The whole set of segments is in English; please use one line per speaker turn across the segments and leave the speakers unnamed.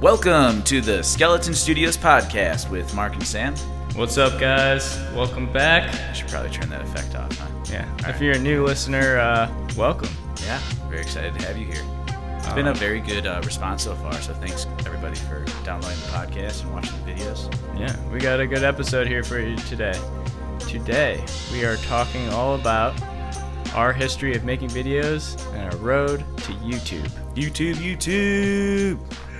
Welcome to the Skeleton Studios podcast with Mark and Sam.
What's up, guys? Welcome back.
I should probably turn that effect off, huh?
Yeah, if you're a new listener, uh, welcome.
Yeah, very excited to have you here. It's been a very good uh, response so far, so thanks everybody for downloading the podcast and watching the videos.
Yeah, we got a good episode here for you today. Today, we are talking all about our history of making videos and our road to YouTube.
YouTube, YouTube!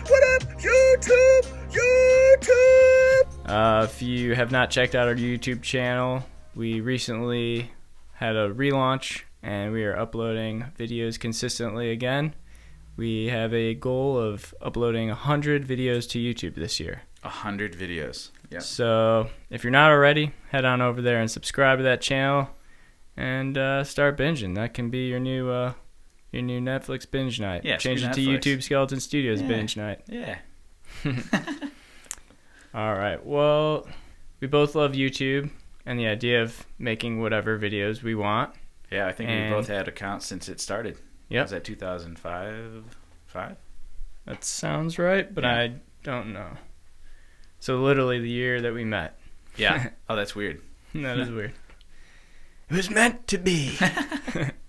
What up, YouTube? YouTube!
Uh, if you have not checked out our YouTube channel, we recently had a relaunch and we are uploading videos consistently again. We have a goal of uploading 100 videos to YouTube this year.
100 videos. Yeah.
So if you're not already, head on over there and subscribe to that channel and uh, start binging. That can be your new uh, your new Netflix binge night.
Yeah,
Change
screw
it to
Netflix.
YouTube Skeleton Studios
Yeah.
binge night.
Yeah.
All right. Well, we both love YouTube and the idea of making whatever videos we want.
Yeah, I think
And-
we both had accounts since it started.
Yep.
Was that 2005? Five?
That sounds right, but
Yeah.
I don't know. So literally the year that we met.
Yeah. oh, that's weird.
That is weird. It was meant to be.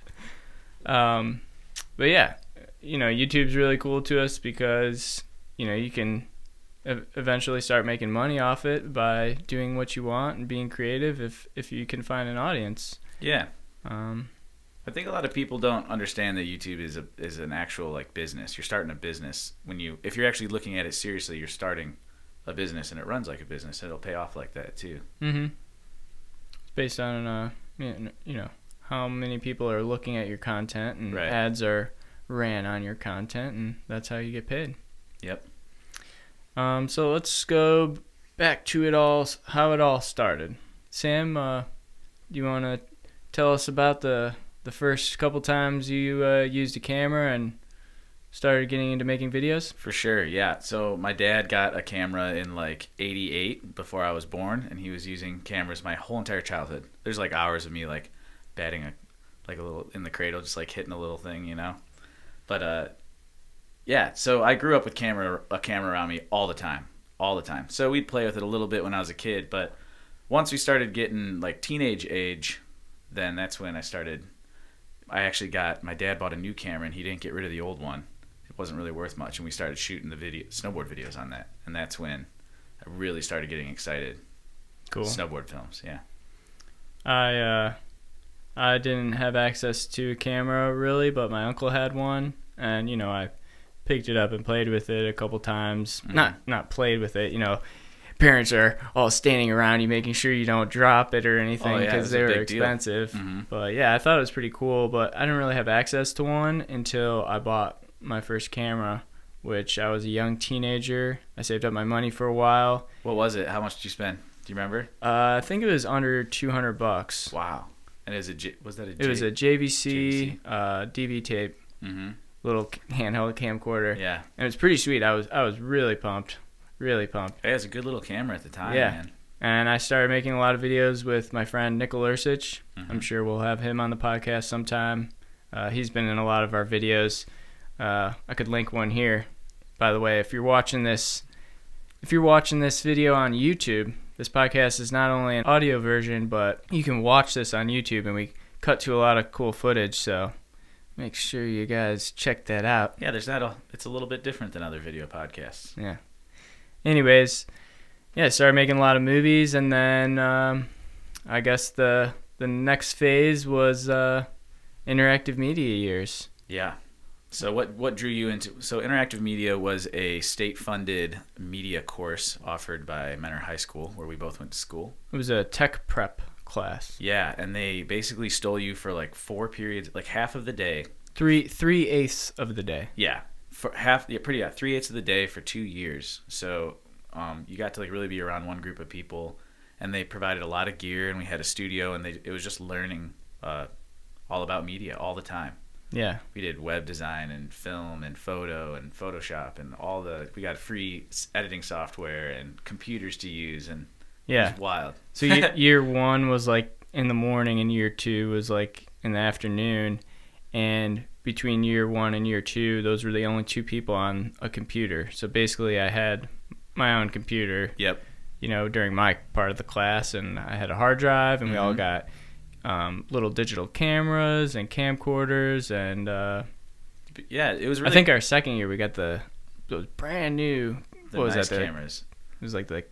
um, but yeah, you know, YouTube's really cool to us because you know you can ev- eventually start making money off it by doing what you want and being creative if if you can find an audience.
Yeah.
Um,
I think a lot of people don't understand that YouTube is a is an actual like business. You're starting a business when you if you're actually looking at it seriously, you're starting a business and it runs like a business. It'll pay off like that too.
hmm It's based on uh, you kn- you know how many people are looking at your content and
Right.
ads are ran on your content, and that's how you get paid.
Yep.
Um, so let's go back to it all, how it all started. Sam, uh, do you want to tell us about the the first couple times you uh, used a camera and started getting into making videos?
For sure, yeah. So my dad got a camera in like '88 before I was born, and he was using cameras my whole entire childhood. There's like hours of me like batting a like a little in the cradle, just like hitting a little thing, you know. But uh, yeah. So I grew up with camera a camera around me all the time, all the time. So we'd play with it a little bit when I was a kid, but once we started getting like teenage age, then that's when I started. I actually got my dad bought a new camera, and he didn't get rid of the old one it wasn't really worth much and we started shooting the video snowboard videos on that and that's when i really started getting excited
Cool.
snowboard films yeah
I uh, I didn't have access to a camera really, but my uncle had one, and you know I picked it up and played with it a couple times.
Mm.
Not not played with it, you know. Parents are all standing around you, making sure you don't drop it or anything
Oh, yeah, it
because
was a
they were
big deal.
expensive.
Mhm.
But yeah, I thought it was pretty cool, but I didn't really have access to one until I bought my first camera, which I was a young teenager. I saved up my money for a while.
what was it how much did you spend do you remember
Uh, I think it was under two hundred bucks.
wow and is it J- was that a
It was a JVC, Uh, DV tape,
mm-hmm.
little c- handheld camcorder,
yeah
and it's pretty sweet. I was I was really pumped, really pumped.
it was a good little camera at the time
Yeah.
man.
And I started making a lot of videos with my friend Nickel Ursich. I'm
Mhm.
sure we'll have him on the podcast sometime. Uh, he's been in a lot of our videos. Uh, I could link one here, by the way. If you're watching this, if you're watching this video on YouTube, this podcast is not only an audio version, but you can watch this on YouTube, and we cut to a lot of cool footage. So make sure you guys check that out.
yeah there's that a, it's a little bit different than other video podcasts
anyways, yeah, I started making a lot of movies, and then um, I guess the the next phase was uh, interactive media years.
yeah so what what drew you into so interactive media was a state funded media course offered by menor high school where we both went to school
It was a tech prep class,
Yeah, and they basically stole you for like four periods, like half of the day.
three three eighths of the day.
Yeah, for half, yeah, pretty yeah, three eighths of the day for two years. So um, you got to like really be around one group of people, and they provided a lot of gear, and we had a studio, and they it was just learning uh, all about media all the time.
Yeah,
We did web design and film and photo and Photoshop and all the we got free s- editing software and computers to use and it
yeah.
was wild.
So ye- year one was like in the morning, and year two was like in the afternoon, and between year one and year two, those were the only two people on a computer. So basically, I had my own computer,
Yep.
you know, during my part of the class, and I had a hard drive, and we all
Mhm.
got um, little digital cameras and camcorders. And uh,
But yeah, it was
I
really
think our second year, we got the those brand new,
the
what was
nice
that? The,
cameras.
it was like the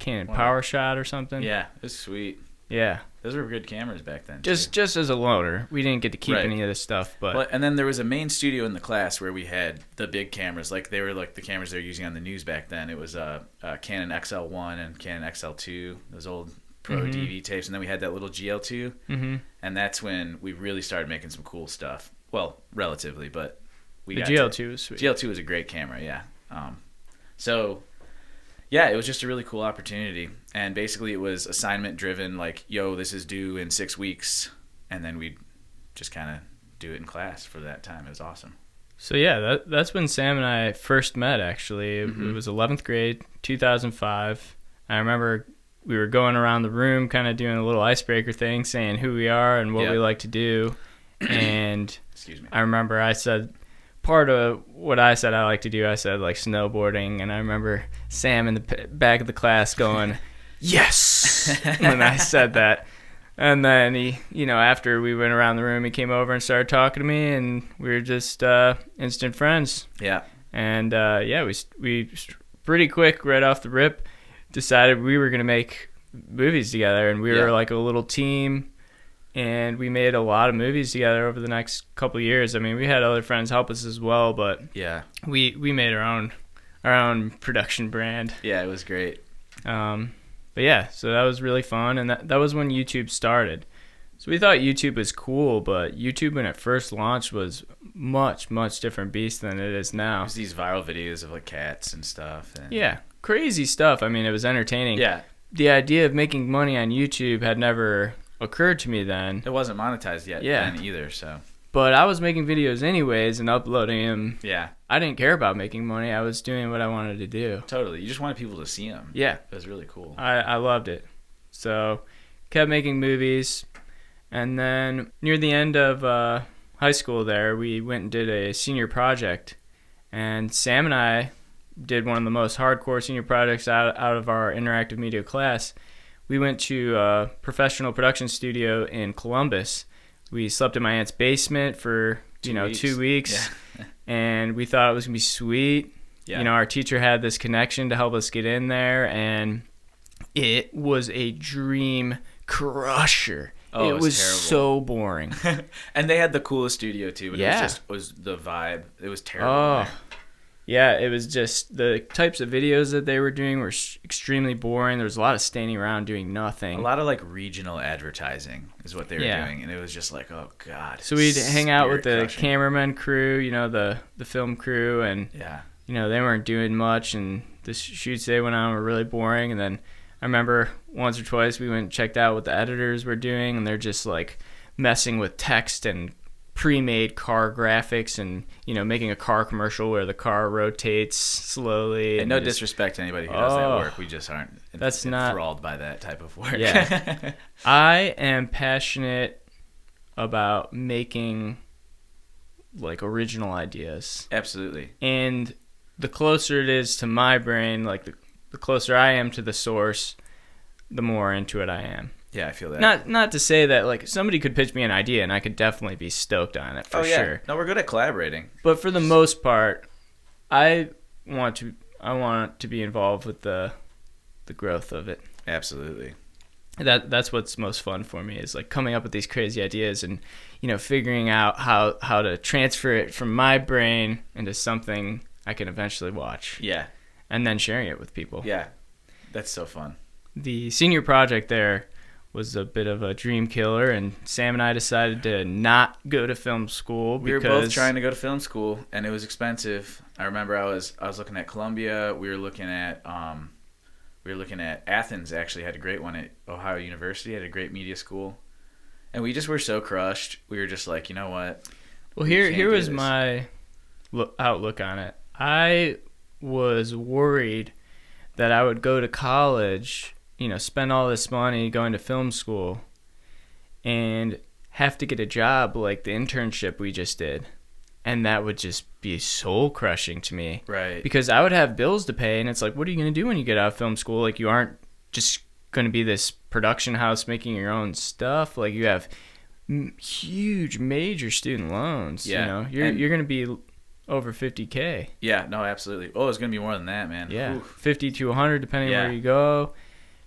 Canon
Wow.
Power Shot or something.
Yeah, it was sweet.
Yeah.
Those were good cameras back then.
Just
too.
just as a loner, we didn't get to keep
Right.
any of this stuff, but
Well, and then there was a main studio in the class where we had the big cameras, like they were like the cameras they were using on the news back then. It was uh, uh, Canon XL1 and Canon XL2, those old pro
Mhm.
DV tapes, and then we had that little GL2,
hmm
and that's when we really started making some cool stuff. Well, relatively, but we
the
got to-
GL2 was sweet.
GL2 was a great camera, yeah. Um, so, yeah, it was just a really cool opportunity. And basically, it was assignment driven, like, yo, this is due in six weeks. And then we'd just kind of do it in class for that time. It was awesome.
So yeah, that, that's when Sam and I first met. Actually, it, it
Mhm.
was 11th grade, 2005. I remember we were going around the room, kind of doing a little icebreaker thing, saying who we are and what
Yeah.
we like to do. and
Excuse me.
I remember I said part of what I said I like to do. I said like snowboarding, and I remember Sam in the p- back of the class going, "Yes!" when I said that. And then he, you know, after we went around the room, he came over and started talking to me, and we were just uh, instant friends.
Yeah.
And uh, yeah, we s- we s- pretty quick right off the rip decided we were gonna make movies together, and we
Yeah.
were like a little team, and we made a lot of movies together over the next couple of years. I mean, we had other friends help us as well, but
Yeah.
we we made our own our own production brand.
Yeah, it was great.
Um, but yeah, so that was really fun, and that that was when YouTube started. So we thought YouTube was cool, but YouTube when it first launched was much much different beast than it is
It
now.
was these viral videos of like cats and stuff. And,
Yeah, crazy stuff. I mean, it was entertaining.
Yeah.
The idea of making money on YouTube had never occurred to me then,
It wasn't monetized yet
Yeah.
then either. So,
but I was making videos anyways and uploading them.
yeah,
I didn't care about making money. I was doing what I wanted to do.
totally. You just wanted people to see them.
Yeah.
It was really cool.
I, I loved it. So, kept making movies. And then near the end of uh, high school, there, we went and did a senior project. And Sam and I did one of the most hardcore senior projects out, out of our interactive media class. We went to a professional production studio in Columbus. We slept in my aunt's basement for,
Two
you know,
weeks.
two weeks. And we thought it was going to be sweet.
Yeah.
You know, our teacher had this connection to help us get in there, and it was a dream crusher.
Oh, it was terrible.
so boring.
and they had the coolest studio too. But
Yeah.
it was just was the vibe. It was terrible.
Oh.
there.
Yeah, it was just the types of videos that they were doing were s- extremely boring. There was a lot of standing around doing nothing.
A lot of like regional advertising is what they were
Yeah.
doing, and it was just like, oh god.
so we'd hang out with the
spirit crushing.
cameraman crew, you know, the the film crew, and
Yeah,
you know, they weren't doing much, and the sh- shoots they went on were really boring. And then I remember once or twice we went and checked out what the editors were doing, and they're just like messing with text and pre-made car graphics, and you know, making a car commercial where the car rotates slowly.
and no
just-
disrespect to anybody who does that
Oh.
work. We just aren't. en-
That's not-
enthralled by that type of work.
Yeah. I am passionate about making like original ideas.
absolutely.
and the closer it is to my brain like the, the closer i am to the source the more into it i am
Yeah, I feel that.
not not to say that like somebody could pitch me an idea and i could definitely be stoked on it for
oh yeah.
sure
No, we're good at collaborating.
but for the most part i want to i want to be involved with the the growth of it
Absolutely.
that that's what's most fun for me is like coming up with these crazy ideas and you know figuring out how how to transfer it from my brain into something i can eventually watch
Yeah.
and then sharing it with people
Yeah. That's so fun.
the senior project there was a bit of a dream killer, and Sam and I decided to not go to film school
We
because
were both trying to go to film school, and it was expensive. I remember I was I was looking at Columbia. We were looking at um, we were looking at Athens. Actually, had a great one at Ohio University. Had a great media school, and we just were so crushed. We were just like, you know what?
Well,
we
here
can't
here
do
was
this.
my lo- outlook on it. I was worried that I would go to college, you know, spend all this money going to film school, and have to get a job like the internship we just did. and that would just be soul crushing to me
Right.
because I would have bills to pay, and it's like, what are you going to do when you get out of film school? Like, you aren't just going to be this production house making your own stuff. Like, you have m- huge, major student loans.
Yeah,
You know, you're
and-
you're going to be over 50k.
yeah. No, absolutely. Oh, it's gonna be more than that, man.
Yeah,
Oof.
50 to 100 depending
Yeah.
where you go.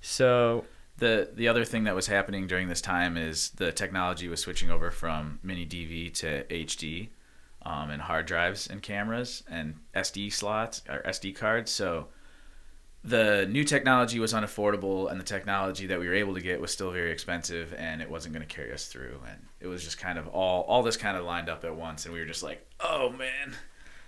So
The the other thing that was happening during this time is the technology was switching over from mini DV to HD, um, and hard drives and cameras and SD slots or SD cards. So the new technology was unaffordable, and the technology that we were able to get was still very expensive, and it wasn't going to carry us through. And it was just kind of all all this kind of lined up at once, and we were just like, oh man,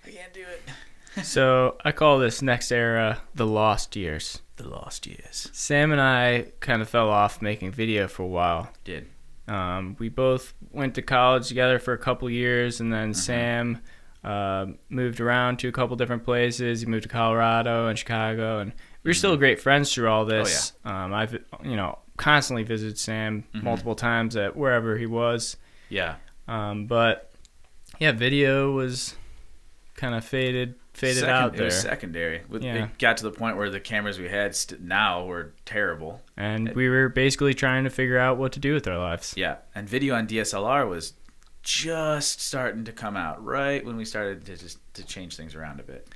I can't do it.
so I call this next era the lost years.
The lost years
Sam and I kind of fell off making video for a while.
did
Um, we both went to college together for a couple years, and then
Mm-hmm.
Sam uh, moved around to a couple different places. He moved to Colorado and Chicago, and we were
Mm-hmm.
still great friends through
Oh,
all this. um, I've you know constantly visited Sam
Mm-hmm.
multiple times at wherever he was,
yeah.
um, but yeah, video was kind of faded faded
Second-
out
It was
there,
secondary. With-
Yeah.
It got to the point where the cameras we had st- now were terrible.
and we were basically trying to figure out what to do with our lives.
Yeah, and video on DSLR was just starting to come out right when we started to just to change things around a bit.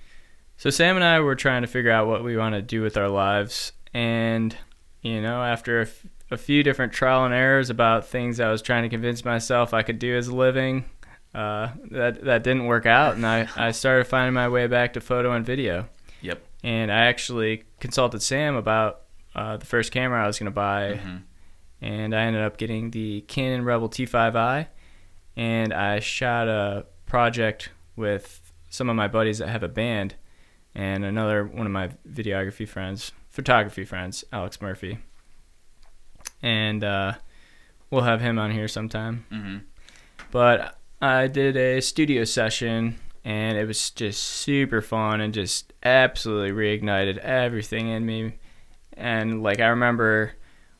So Sam and I were trying to figure out what we want to do with our lives, and you know, after a, f- a few different trial and errors about things I was trying to convince myself I could do as a living, uh, that that didn't work out, and I I started finding my way back to photo and video,
Yep.
and I actually consulted Sam about uh, the first camera I was going to buy,
Mhm.
and I ended up getting the Canon Rebel T5i, and I shot a project with some of my buddies that have a band, and another one of my videography friends, photography friends, Alex Murphy, and uh, we'll have him on here sometime.
hmm
But I did a studio session, and it was just super fun and just absolutely reignited everything in me and like I remember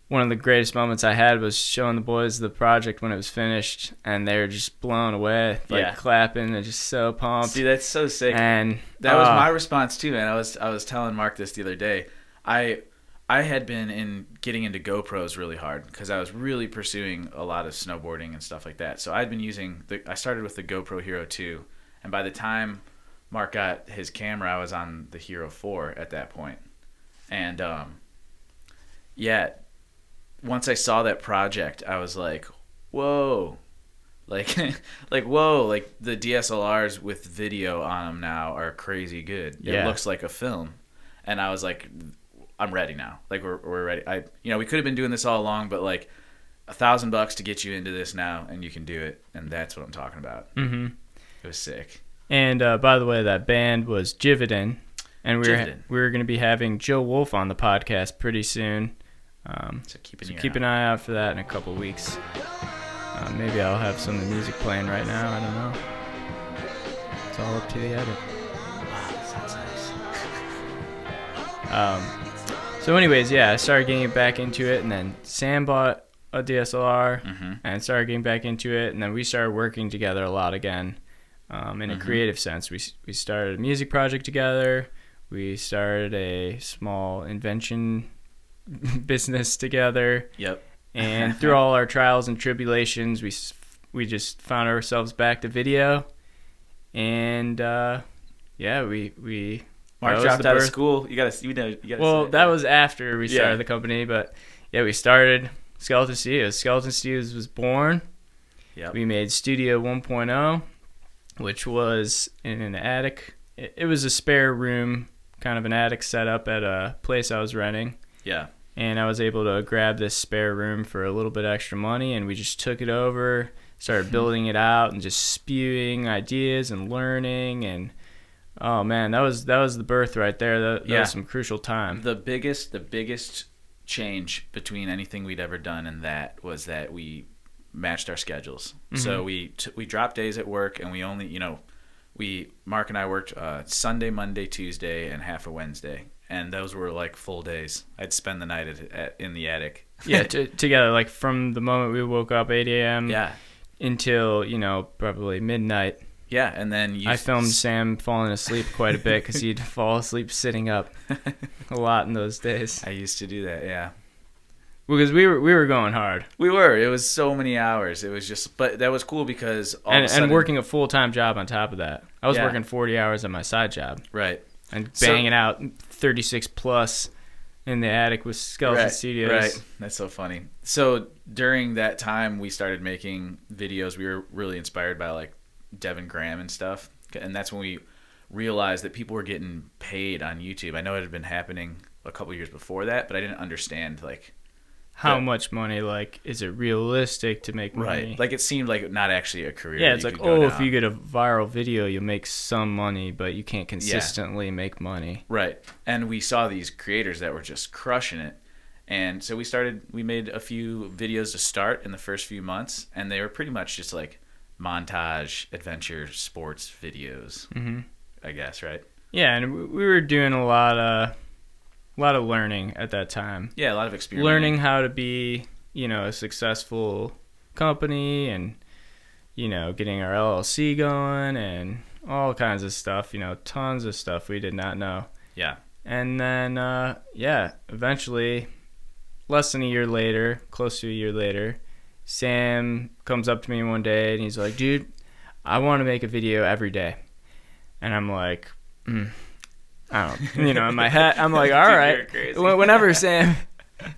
one of the greatest moments I had was showing the boys the project when it was finished, and they were just blown away, like
Yeah.
clapping and just so pumped.
See, that's so sick.
and
That was
uh,
my response too, man. I was I was telling Mark this the other day. I I had been in getting into GoPros really hard because I was really pursuing a lot of snowboarding and stuff like that. So I'd been using the I started with the GoPro Hero 2, and by the time Mark got his camera, I was on the Hero 4 at that point. And um yeah, once I saw that project, I was like, "Whoa." Like like whoa like the dslrs with video on them now are crazy good it
Yeah.
looks like a film and i was like i'm ready now like we're, we're ready i you know we could have been doing this all along but like a thousand bucks to get you into this now and you can do it and that's what i'm talking about
mhm.
it was sick
And uh, by the way, that band was Jividin, and we were
Jividin.
we were going to be having Joe Wolf on the podcast pretty soon. Um,
so keep an,
so
ear
keep
out.
an eye out for that in a couple weeks. Uh, maybe I'll have some of the music playing right now. I don't know. It's all up to the edit.
sounds nice
Um, so, anyways, yeah, I started getting back into it, and then Sam bought a DSLR
Mhm.
and started getting back into it, and then we started working together a lot again, um, in a creative sense. We s- we started a music project together. We started a small invention business together,
yep
and through all our trials and tribulations, we s- we just found ourselves back to video, and uh, yeah, we we
mark
that was
dropped
the
out of
birth-
school you gotta you know you gotta
well,
say it.
that was after we
Yeah.
started the company, but yeah, we started Skeleton Studios. Skeleton Studios was born.
Yep.
We made Studio 1.0, which was in an attic. It it was a spare room, kind of an attic setup at a place I was renting.
yeah
And I was able to grab this spare room for a little bit extra money, and we just took it over,
Hmm.
started building it out, and just spewing ideas and learning. And oh man, that was that was the birth right there. That, that
Yeah.
was some crucial time.
the biggest the biggest change between anything we'd ever done and that was that we matched our schedules so
Mm-hmm.
we t- we dropped days at work and we only you know we mark and i worked uh, sunday monday tuesday and half a wednesday and those were like full days i'd spend the night at, at in the attic
yeah, t- together, like from the moment we woke up 8 a.m.
yeah
until you know probably midnight,
Yeah, and then you
I filmed Sam falling asleep quite a bit because he'd fall asleep sitting up a lot in those days.
I used to do that. Yeah,
Because we were we were going hard
we were. It was so many hours. It was just, but that was cool because all
and,
of a sudden,
and working a full time job on top of that. I was
Yeah.
working forty hours on my side job
right.
and
So-
banging out thirty six plus in the attic with Skeleton
right,
Studios.
Right. That's so funny. So during that time, we started making videos. We were really inspired by like Devin Graham and stuff, and that's when we realized that people were getting paid on YouTube. I know it had been happening a couple years before that, but I didn't understand like
How
Yeah.
much money? Like, is it realistic to make money?
like it seemed like not actually a career.
yeah,
that
it's
you
like,
could go
oh, if
down.
you get a viral video, you'll make some money, but you can't consistently make money.
Right. And we saw these creators that were just crushing it. And so we started, we made a few videos to start in the first few months, and they were pretty much just like montage, adventure, sports videos,
Mm-hmm.
I guess, right?
Yeah, and we- we were doing a lot of, a lot of learning at that time.
Yeah, a lot of experience.
learning how to be, you know, a successful company and you know, getting our LLC going and all kinds of stuff, you know, tons of stuff we did not know.
Yeah.
And then uh yeah, eventually less than a year later, close to a year later, Sam comes up to me one day and he's like, "Dude, I want to make a video every day." And I'm like, mm, I don't, you know, in my head, I'm like, all
Dude, you're
right.
crazy.
Wh- Whenever Sam,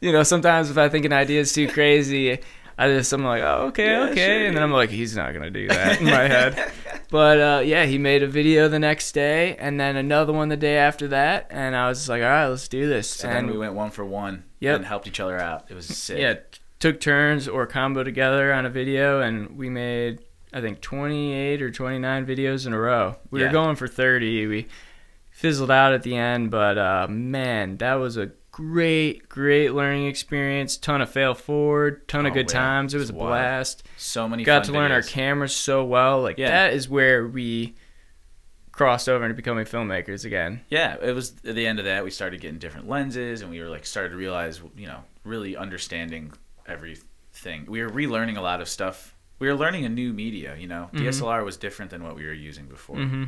you know, sometimes if I think an idea is too crazy, I just I'm like, oh, okay,
Yeah,
okay,
sure,
and
yeah.
then I'm like, he's not gonna do that in my head. But uh, yeah, he made a video the next day, and then another one the day after that, and I was just like, all right, let's do this.
So
and
then we went one for one
Yep.
and helped each other out. It was sick.
yeah, t- took turns or combo together on a video, and we made I think 28 or 29 videos in a row. We
Yeah.
were going for 30. We fizzled out at the end, but uh, man, that was a great, great learning experience. Ton of fail forward, ton of
Oh,
good
yeah.
times. It was
It's
a
wild.
blast.
So many
Got
fun
to learn our
videos.
cameras so well. Like
Yeah.
that is where we crossed over into becoming filmmakers again.
yeah it was at the end of that we started getting different lenses and we were like started to realize you know really understanding everything we were relearning a lot of stuff we were learning a new media you know dslr was different than what we were using before
hmm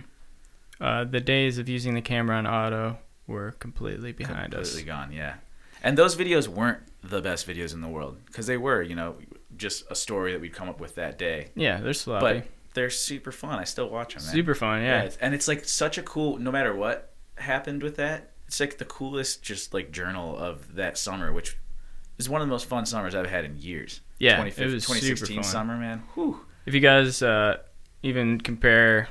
Uh, the days of using the camera on auto were completely behind us.
completely gone yeah and those videos weren't the best videos in the world because they were you know just a story that we'd come up with that day
Yeah, they're sloppy.
but they're super fun i still watch them man.
Super fun, yeah.
it's- and it's like such a cool no matter what happened with that it's like the coolest just like journal of that summer which is one of the most fun summers i've had in years
Yeah,
2015
it was super
2016
fun.
summer man Whew.
If you guys uh, even compare,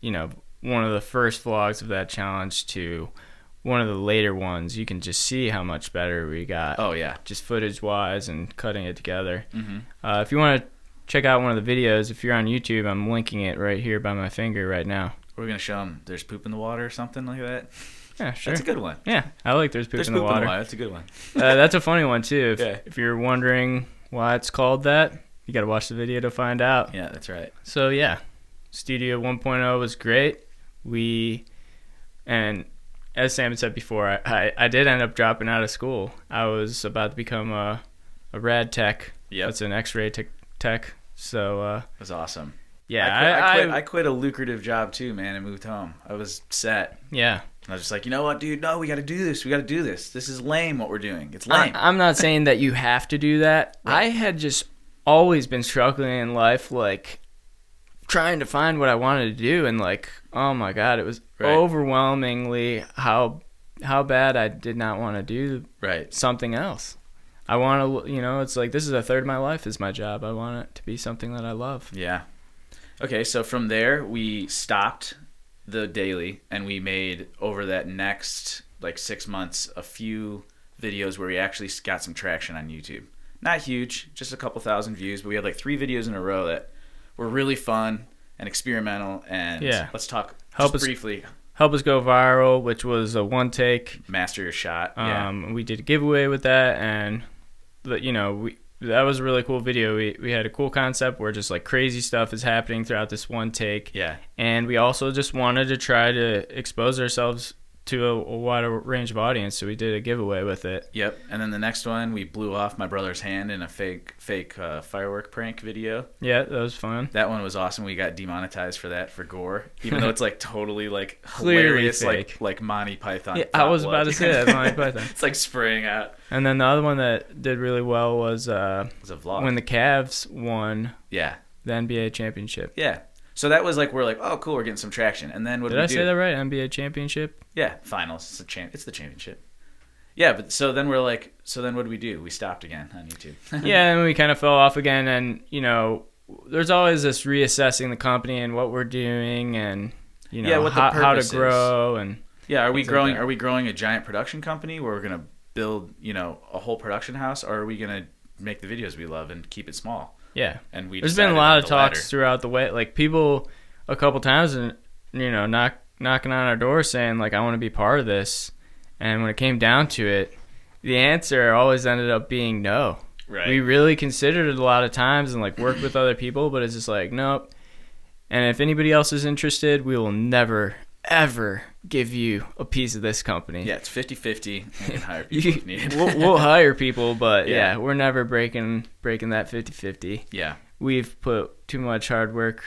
you know, one of the first vlogs of that challenge to one of the later ones, you can just see how much better we got,
oh yeah
just footage wise and cutting it together.
hmm
Uh, if you want to check out one of the videos, if you're on YouTube, I'm linking it right here by my finger right now.
we're gonna show them there's poop in the water or something like that
Yeah, sure.
that's a good one
yeah, I like there's poop
there's
in
poop
the water.
that's a good one
uh, that's a funny one too. If,
Yeah.
if you're wondering why it's called that, you got to watch the video to find out.
yeah that's right
So yeah, Studio 1.0 was great. We and as Sam had said before, I, I, I did end up dropping out of school. I was about to become a a rad tech.
Yep.
that's an X-ray tech. tech. So uh,
it was awesome
yeah,
I quit, I, quit,
I-
I quit a lucrative job too man and moved home i was set
yeah.
i was just like you know what dude no we gotta do this we gotta do this this is lame what we're doing it's
I,
lame
I'm not saying that you have to do that. I had just always been struggling in life, like trying to find what I wanted to do, and like, oh my god, it was
Right.
overwhelmingly how how bad I did not want to do
right
something else. I want to, you know, it's like this is a third of my life is my job. I want it to be something that I love.
Yeah. Okay, so from there we stopped the daily and we made over that next like 6 months a few videos where we actually got some traction on YouTube. Not huge, just a couple thousand views, but we had like 3 videos in a row that were really fun and experimental and
Yeah.
let's talk
Help
just
us-
briefly
Help us go viral, which was a one take.
master your shot. yeah.
Um, We did a giveaway with that, and but, you know we that was a really cool video. We we had a cool concept where just like crazy stuff is happening throughout this one take,
Yeah.
and we also just wanted to try to expose ourselves to a, a wider range of audience, so we did a giveaway with it.
Yep. And then the next one, we blew off my brother's hand in a fake fake uh, firework prank video.
Yeah, that was fun.
That one was awesome. We got demonetized for that for gore, even though it's like totally like
Clearly
hilarious,
fake.
like like Monty Python.
Yeah,
thought
I was about to say that, Monty Python.
it's like spraying out.
And then the other one that did really well was uh,
It was a vlog.
when the Cavs won
yeah,
the NBA championship.
yeah. So that was like we're like, oh, cool, we're getting some traction. And then what
Did
did we
I
do?
say that right? NBA championship.
Yeah, finals. It's the champ. It's the championship. Yeah, but so then we're like, so then what do we do? We stopped again on YouTube.
yeah, and we kind of fell off again. And you know, there's always this reassessing the company and what we're doing, and you know
Yeah, what the
how, how to
purpose is.
grow. And
Yeah, are we
Things like
growing?
that.
are we growing a giant production company where we're gonna build, you know, a whole production house, or are we gonna make the videos we love and keep it small?
yeah,
And we
there's been a
decided
lot
on
of
the
talks
latter.
throughout the way. Like people, a couple times, and you know, knock knocking on our door saying like I want to be part of this. And when it came down to it, the answer always ended up being no.
right?
we really considered it a lot of times and like worked with other people, but it's just like nope. And if anybody else is interested, we will never ever give you a piece of this company.
yeah, it's 50-50. We can hire people
You-
if needed.
we'll, we'll hire people, but yeah.
Yeah.
we're never breaking breaking that 50-50.
yeah,
We've put too much hard work,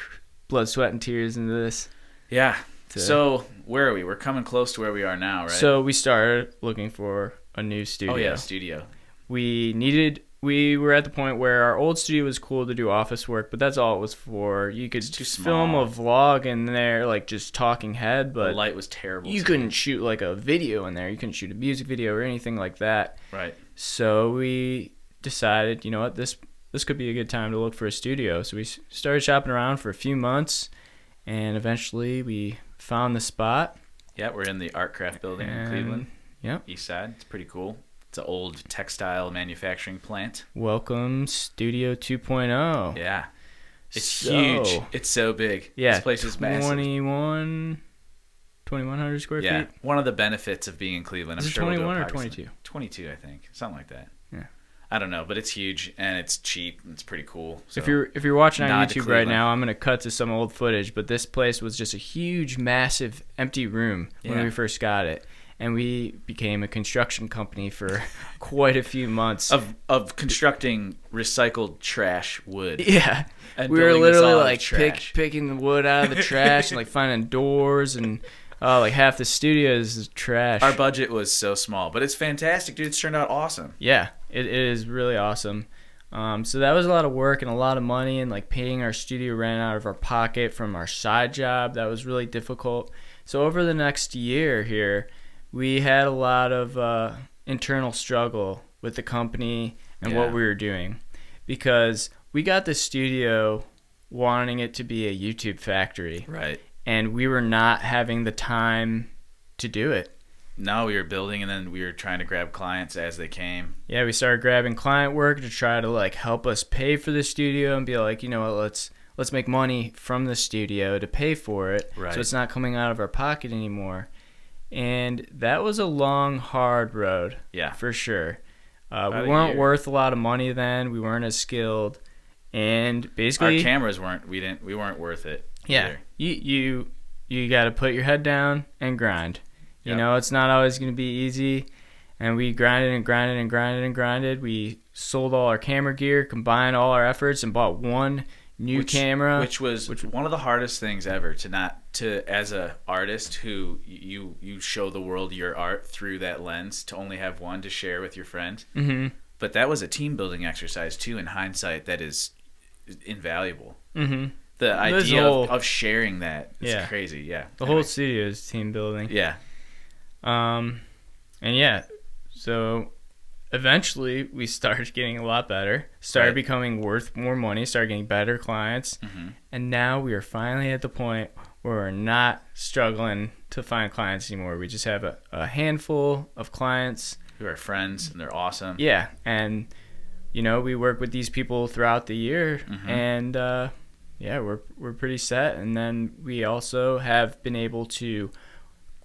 blood, sweat, and tears into this.
yeah.
to-
So where are we? We're coming close to where we are now, right?
so we started looking for a new studio.
oh yeah, studio.
we needed we were at the point where our old studio was cool to do office work but that's all it was for you could
too
film a vlog in there like just talking head
The
but
light was terrible.
you
too.
couldn't shoot like a video in there you couldn't shoot a music video or anything like that
right?
so we decided you know what this this could be a good time to look for a studio so we s- started shopping around for a few months and eventually we found the spot
Yeah, we're in the Artcraft building in
and-
Cleveland,
yep
East Side. It's pretty cool. It's an old textile manufacturing plant.
welcome studio 2.0
Yeah. It's
Oh. So-
huge. It's so big.
Yeah,
This place is massive.
21 2100 square
Yeah,
feet.
one of the benefits of being in Cleveland.
Is
I'm
it
sure we'll do a
21 or
podcast on-
22?
22, I think, something like that.
Yeah.
I don't know, but it's huge and it's cheap and it's pretty cool. So.
if you're if you're watching on
Nod to
YouTube right
Cleveland.
now, I'm gonna cut to some old footage, but this place was just a huge, massive, empty room when
Yeah.
we first got it, and we became a construction company for quite a few months.
of of constructing recycled trash wood,
yeah,
And
we were
building this
literally
all out of
like pick,
trash.
picking the wood out of the trash and like finding doors and oh, like half the studio is trash.
our budget was so small, but it's fantastic, dude. It's turned out awesome.
Yeah, it, it is really awesome. Um, so that was a lot of work and a lot of money, and like paying our studio rent out of our pocket from our side job. That was really difficult. So over the next year here, we had a lot of uh, internal struggle with the company and
Yeah.
what we were doing, because we got the studio wanting it to be a YouTube factory,
Right
and we were not having the time to do it.
now, we were building, and then we were trying to grab clients as they came.
Yeah, we started grabbing client work to try to like help us pay for the studio and be like, you know what, let's let's make money from the studio to pay for it.
Right.
So it's not coming out of our pocket anymore. And that was a long, hard road
Yeah,
for sure. Uh,
About
we
a
weren't
year.
worth a lot of money then. We weren't as skilled, and
our
basically,
cameras weren't. We didn't. We weren't worth it.
yeah,
either.
you you you got to put your head down and grind. You
Yep.
know, it's not always going to be easy. And we grinded and grinded and grinded and grinded. We sold all our camera gear, combined all our efforts, and bought one new
Which-
camera.
which was one of the hardest things ever to not to as a artist who you you show the world your art through that lens to only have one to share with your friend
hmm
but that was a team building exercise too in hindsight that is invaluable
hmm
the
There's
idea
a whole-
of, of sharing that is
Yeah.
crazy yeah
The
Anyway,
whole studio is team building.
yeah
Um, and yeah, so eventually we started getting a lot better, started
Right.
becoming worth more money, started getting better clients,
Mhm.
and now we are finally at the point where we're not struggling to find clients anymore. We just have a, a handful of clients.
who are friends and they're awesome
Yeah, and you know we work with these people throughout the year,
Mhm.
and uh, yeah, we're we're pretty set. And then we also have been able to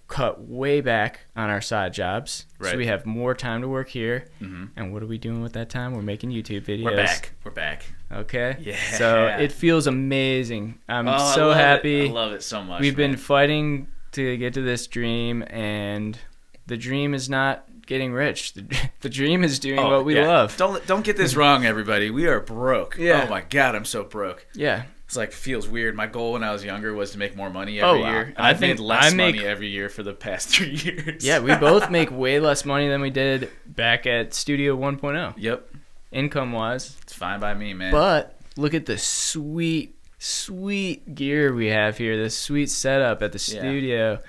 cut way back on our side jobs, so
Right.
we have more time to work here.
hmm
And what are we doing with that time? We're making YouTube videos.
we're back we're back
Okay.
Yeah.
So it feels amazing. I'm
Oh, I
so
love it.
happy.
i love it so much
We've been
man.
fighting to get to this dream, and the dream is not getting rich. The, the dream is doing what we
Oh, yeah.
love.
Don't don't get this wrong, everybody. We are broke.
Yeah.
Oh my god, I'm so broke.
Yeah,
It's like feels weird. My goal when I was younger was to make more money every
Oh, wow.
year. And
I
I've
think
made less
I make-
money every year for the past three years.
yeah. We both make way less money than we did back at Studio oh, 1.0,
yep.
income wise.
It's fine by me, man.
But look at the sweet, sweet gear we have here. This sweet setup at the
Yeah.
studio.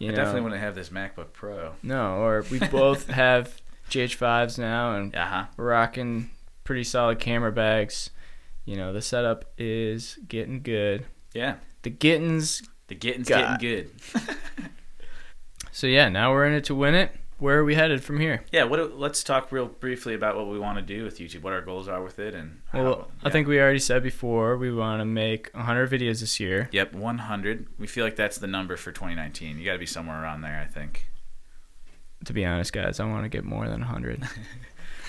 You
I
know,
definitely wouldn't have this MacBook Pro.
no, or we both have GH5s now, and
Uh huh.
rocking pretty solid camera bags. You know, the setup is getting good.
Yeah.
The gettings.
The getting's getting
God.
good.
So yeah, now we're in it to win it. Where are we headed from here?
yeah. What? do- Let's talk real briefly about what we want to do with YouTube. What our goals are with it, and how-
Well, I
yeah.
think we already said before we want to make 100 videos this year.
Yep, 100. We feel like that's the number for 2019. You got to be somewhere around there, I think.
To be honest, guys, I want to get more than 100.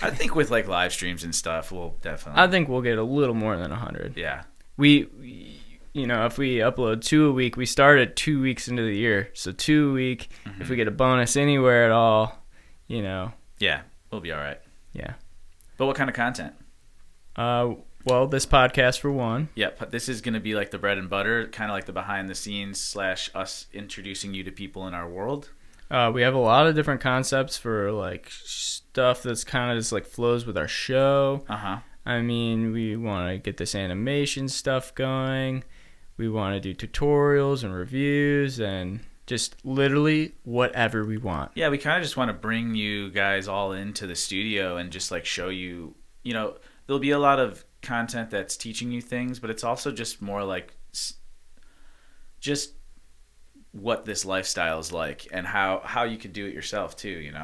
I think with like live streams and stuff, we'll definitely.
I think we'll get a little more than 100.
yeah.
We, we- you know, if we upload two a week, we start at two weeks into the year. So two a week. If we get a bonus anywhere at all, you know,
Yeah, we'll be all right.
yeah.
But what kind of content?
Uh, well, this podcast for one.
Yep, but this is going to be like the bread and butter, kind of like the behind the scenes slash us introducing you to people in our world.
Uh, we have a lot of different concepts for like stuff that's kind of just like flows with our show.
Uh huh.
I mean, we want to get this animation stuff going. We want to do tutorials and reviews and just literally whatever we want.
Yeah, we kind of just want to bring you guys all into the studio and just like show you, you know, there'll be a lot of content that's teaching you things, but it's also just more like s- just what this lifestyle is like and how how you could do it yourself too, you know.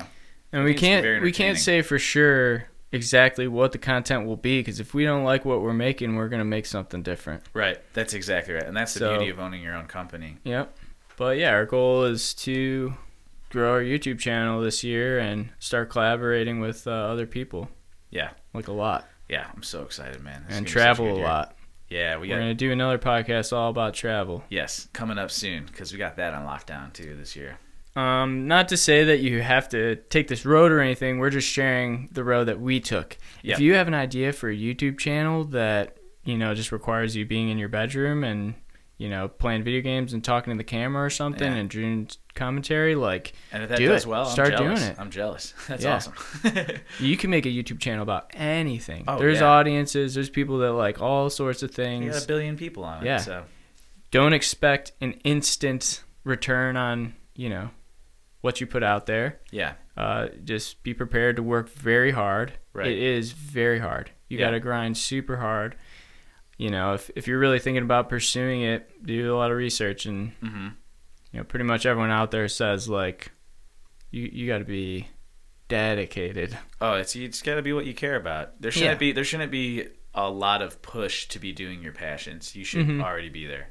And we
think it's very
can't we can't
entertaining.
say for sure exactly what the content will be because if we don't like what we're making, we're gonna make something different.
Right. That's exactly right. And that's the
So-
beauty of owning your own company.
Yep. But yeah, our goal is to grow our YouTube channel this year and start collaborating with uh, other people.
Yeah.
Like a lot.
Yeah, I'm so excited, man. This is gonna
and
be such
travel
good
a
year.
lot.
Yeah, we
We're
got
going to do another podcast all about travel.
yes, coming up soon cuz we got that on lockdown too this year.
Um, not to say that you have to take this road or anything. We're just sharing the road that we took.
Yep.
If you have an idea for a YouTube channel that, you know, just requires you being in your bedroom and, you know, playing video games and talking to the camera or something
Yeah.
and doing commentary, like,
And if that
Do
does
it.
well, I'm
Start
jealous.
doing it.
I'm jealous. That's
Yeah.
awesome.
You can make a YouTube channel about anything.
Oh,
there's
yeah.
audiences, there's people that like all sorts of
you got
things.
a billion people on it.
Yeah.
So
Don't expect an instant return on, you know, what you put out there.
yeah,
Uh, just be prepared to work very hard.
Right.
It is very hard. You
Yeah.
got to grind super hard. You know, if, if you're really thinking about pursuing it, do a lot of research. And,
hmm
you know, pretty much everyone out there says, like, you, you got to be dedicated.
Oh, it's it's got to be what you care about. There shouldn't
Yeah.
be there shouldn't be a lot of push to be doing your passions. You should
Mhm.
already be there.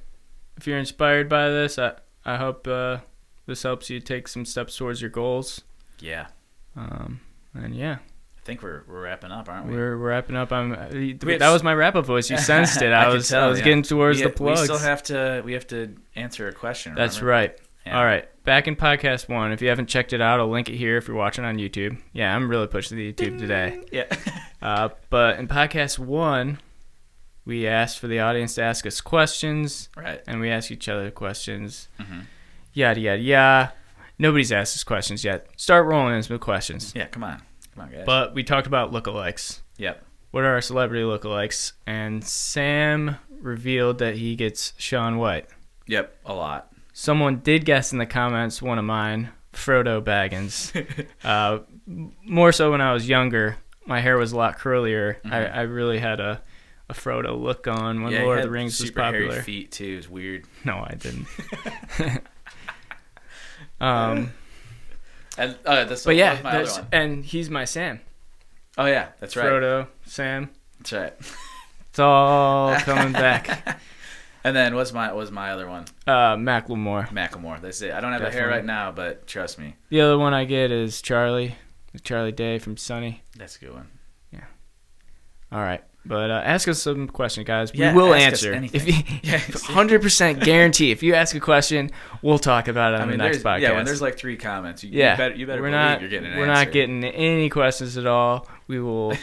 if you're inspired by this, I I hope uh, this helps you take some steps towards your goals.
Yeah,
Um, and yeah,
I think we're we're wrapping up, aren't we?
we're we're wrapping up. I'm uh,
We have
that
s-
was my wrap up voice. You sensed it.
I
I,
could
was I
tell,
was
yeah.
getting towards
We-
the plugs.
We still have to we have to answer a question.
That's
remember?
right.
Yeah.
All right, back in podcast one. If you haven't checked it out, I'll link it here if you're watching on YouTube. Yeah, I'm really pushing the YouTube today.
Yeah.
Uh, but in podcast one, we asked for the audience to ask us questions.
right.
and we ask each other questions.
Mhm.
Yada yada yada. Nobody's asked us questions yet. Start rolling in some questions.
Yeah. Come on. Come on, guys.
But we talked about lookalikes.
yep.
What are our celebrity lookalikes? And Sam revealed that he gets Sean White.
Yep. A lot.
Someone did guess in the comments one of mine, Frodo Baggins. uh, m- more so when I was younger. My hair was a lot curlier. I, I really had a, a Frodo look on
Mm-hmm.
when
yeah, he
Lord of
had
the Rings was
super hairy
popular.
feet too. It's weird.
No, I didn't. um,
And uh, that's
but
that
yeah,
was my other
that's-
one.
and he's my Sam.
Oh yeah, that's right.
Frodo, Sam.
That's right.
It's all coming back.
And then what's my what's my other one?
Uh, Macklemore.
Macklemore. That's it. I don't have the hair
Definitely.
right now, but trust me,
The other one I get is Charlie, Charlie Day from Sunny.
that's a good one.
All right, But uh, ask us some question, guys.
Yeah,
we will
ask us
answer.
anything. Yeah,
If hundred percent guarantee. If you ask a question, we'll talk about it on
I mean,
the next
there's,
podcast.
yeah, when there's like three comments, you,
Yeah.
you better, you better
we're
believe
not.
you're getting an
we're
answer.
not getting any questions at all. We will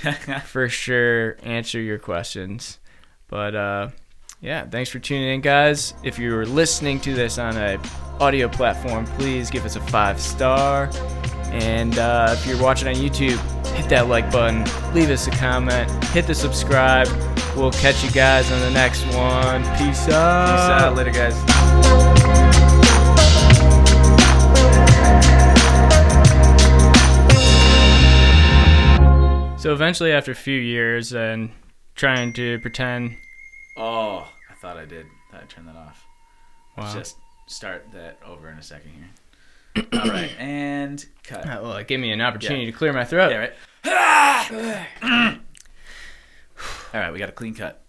for sure answer your questions. But uh, yeah, thanks for tuning in, guys. If you're listening to this on a audio platform, please give us a five star. And uh, if you're watching on YouTube, hit that like button, leave us a comment, hit the subscribe. We'll catch you guys on the next one.
Peace
Peace out.
out. Later, guys.
So eventually, after a few years and trying to pretend,
Oh, I thought I did. thought I turned that off. Let's
Wow.
just start that over in a second here. All right, and cut.
uh, well, it gave me an opportunity to clear my throat.
Yeah, right. All right, we got a clean cut.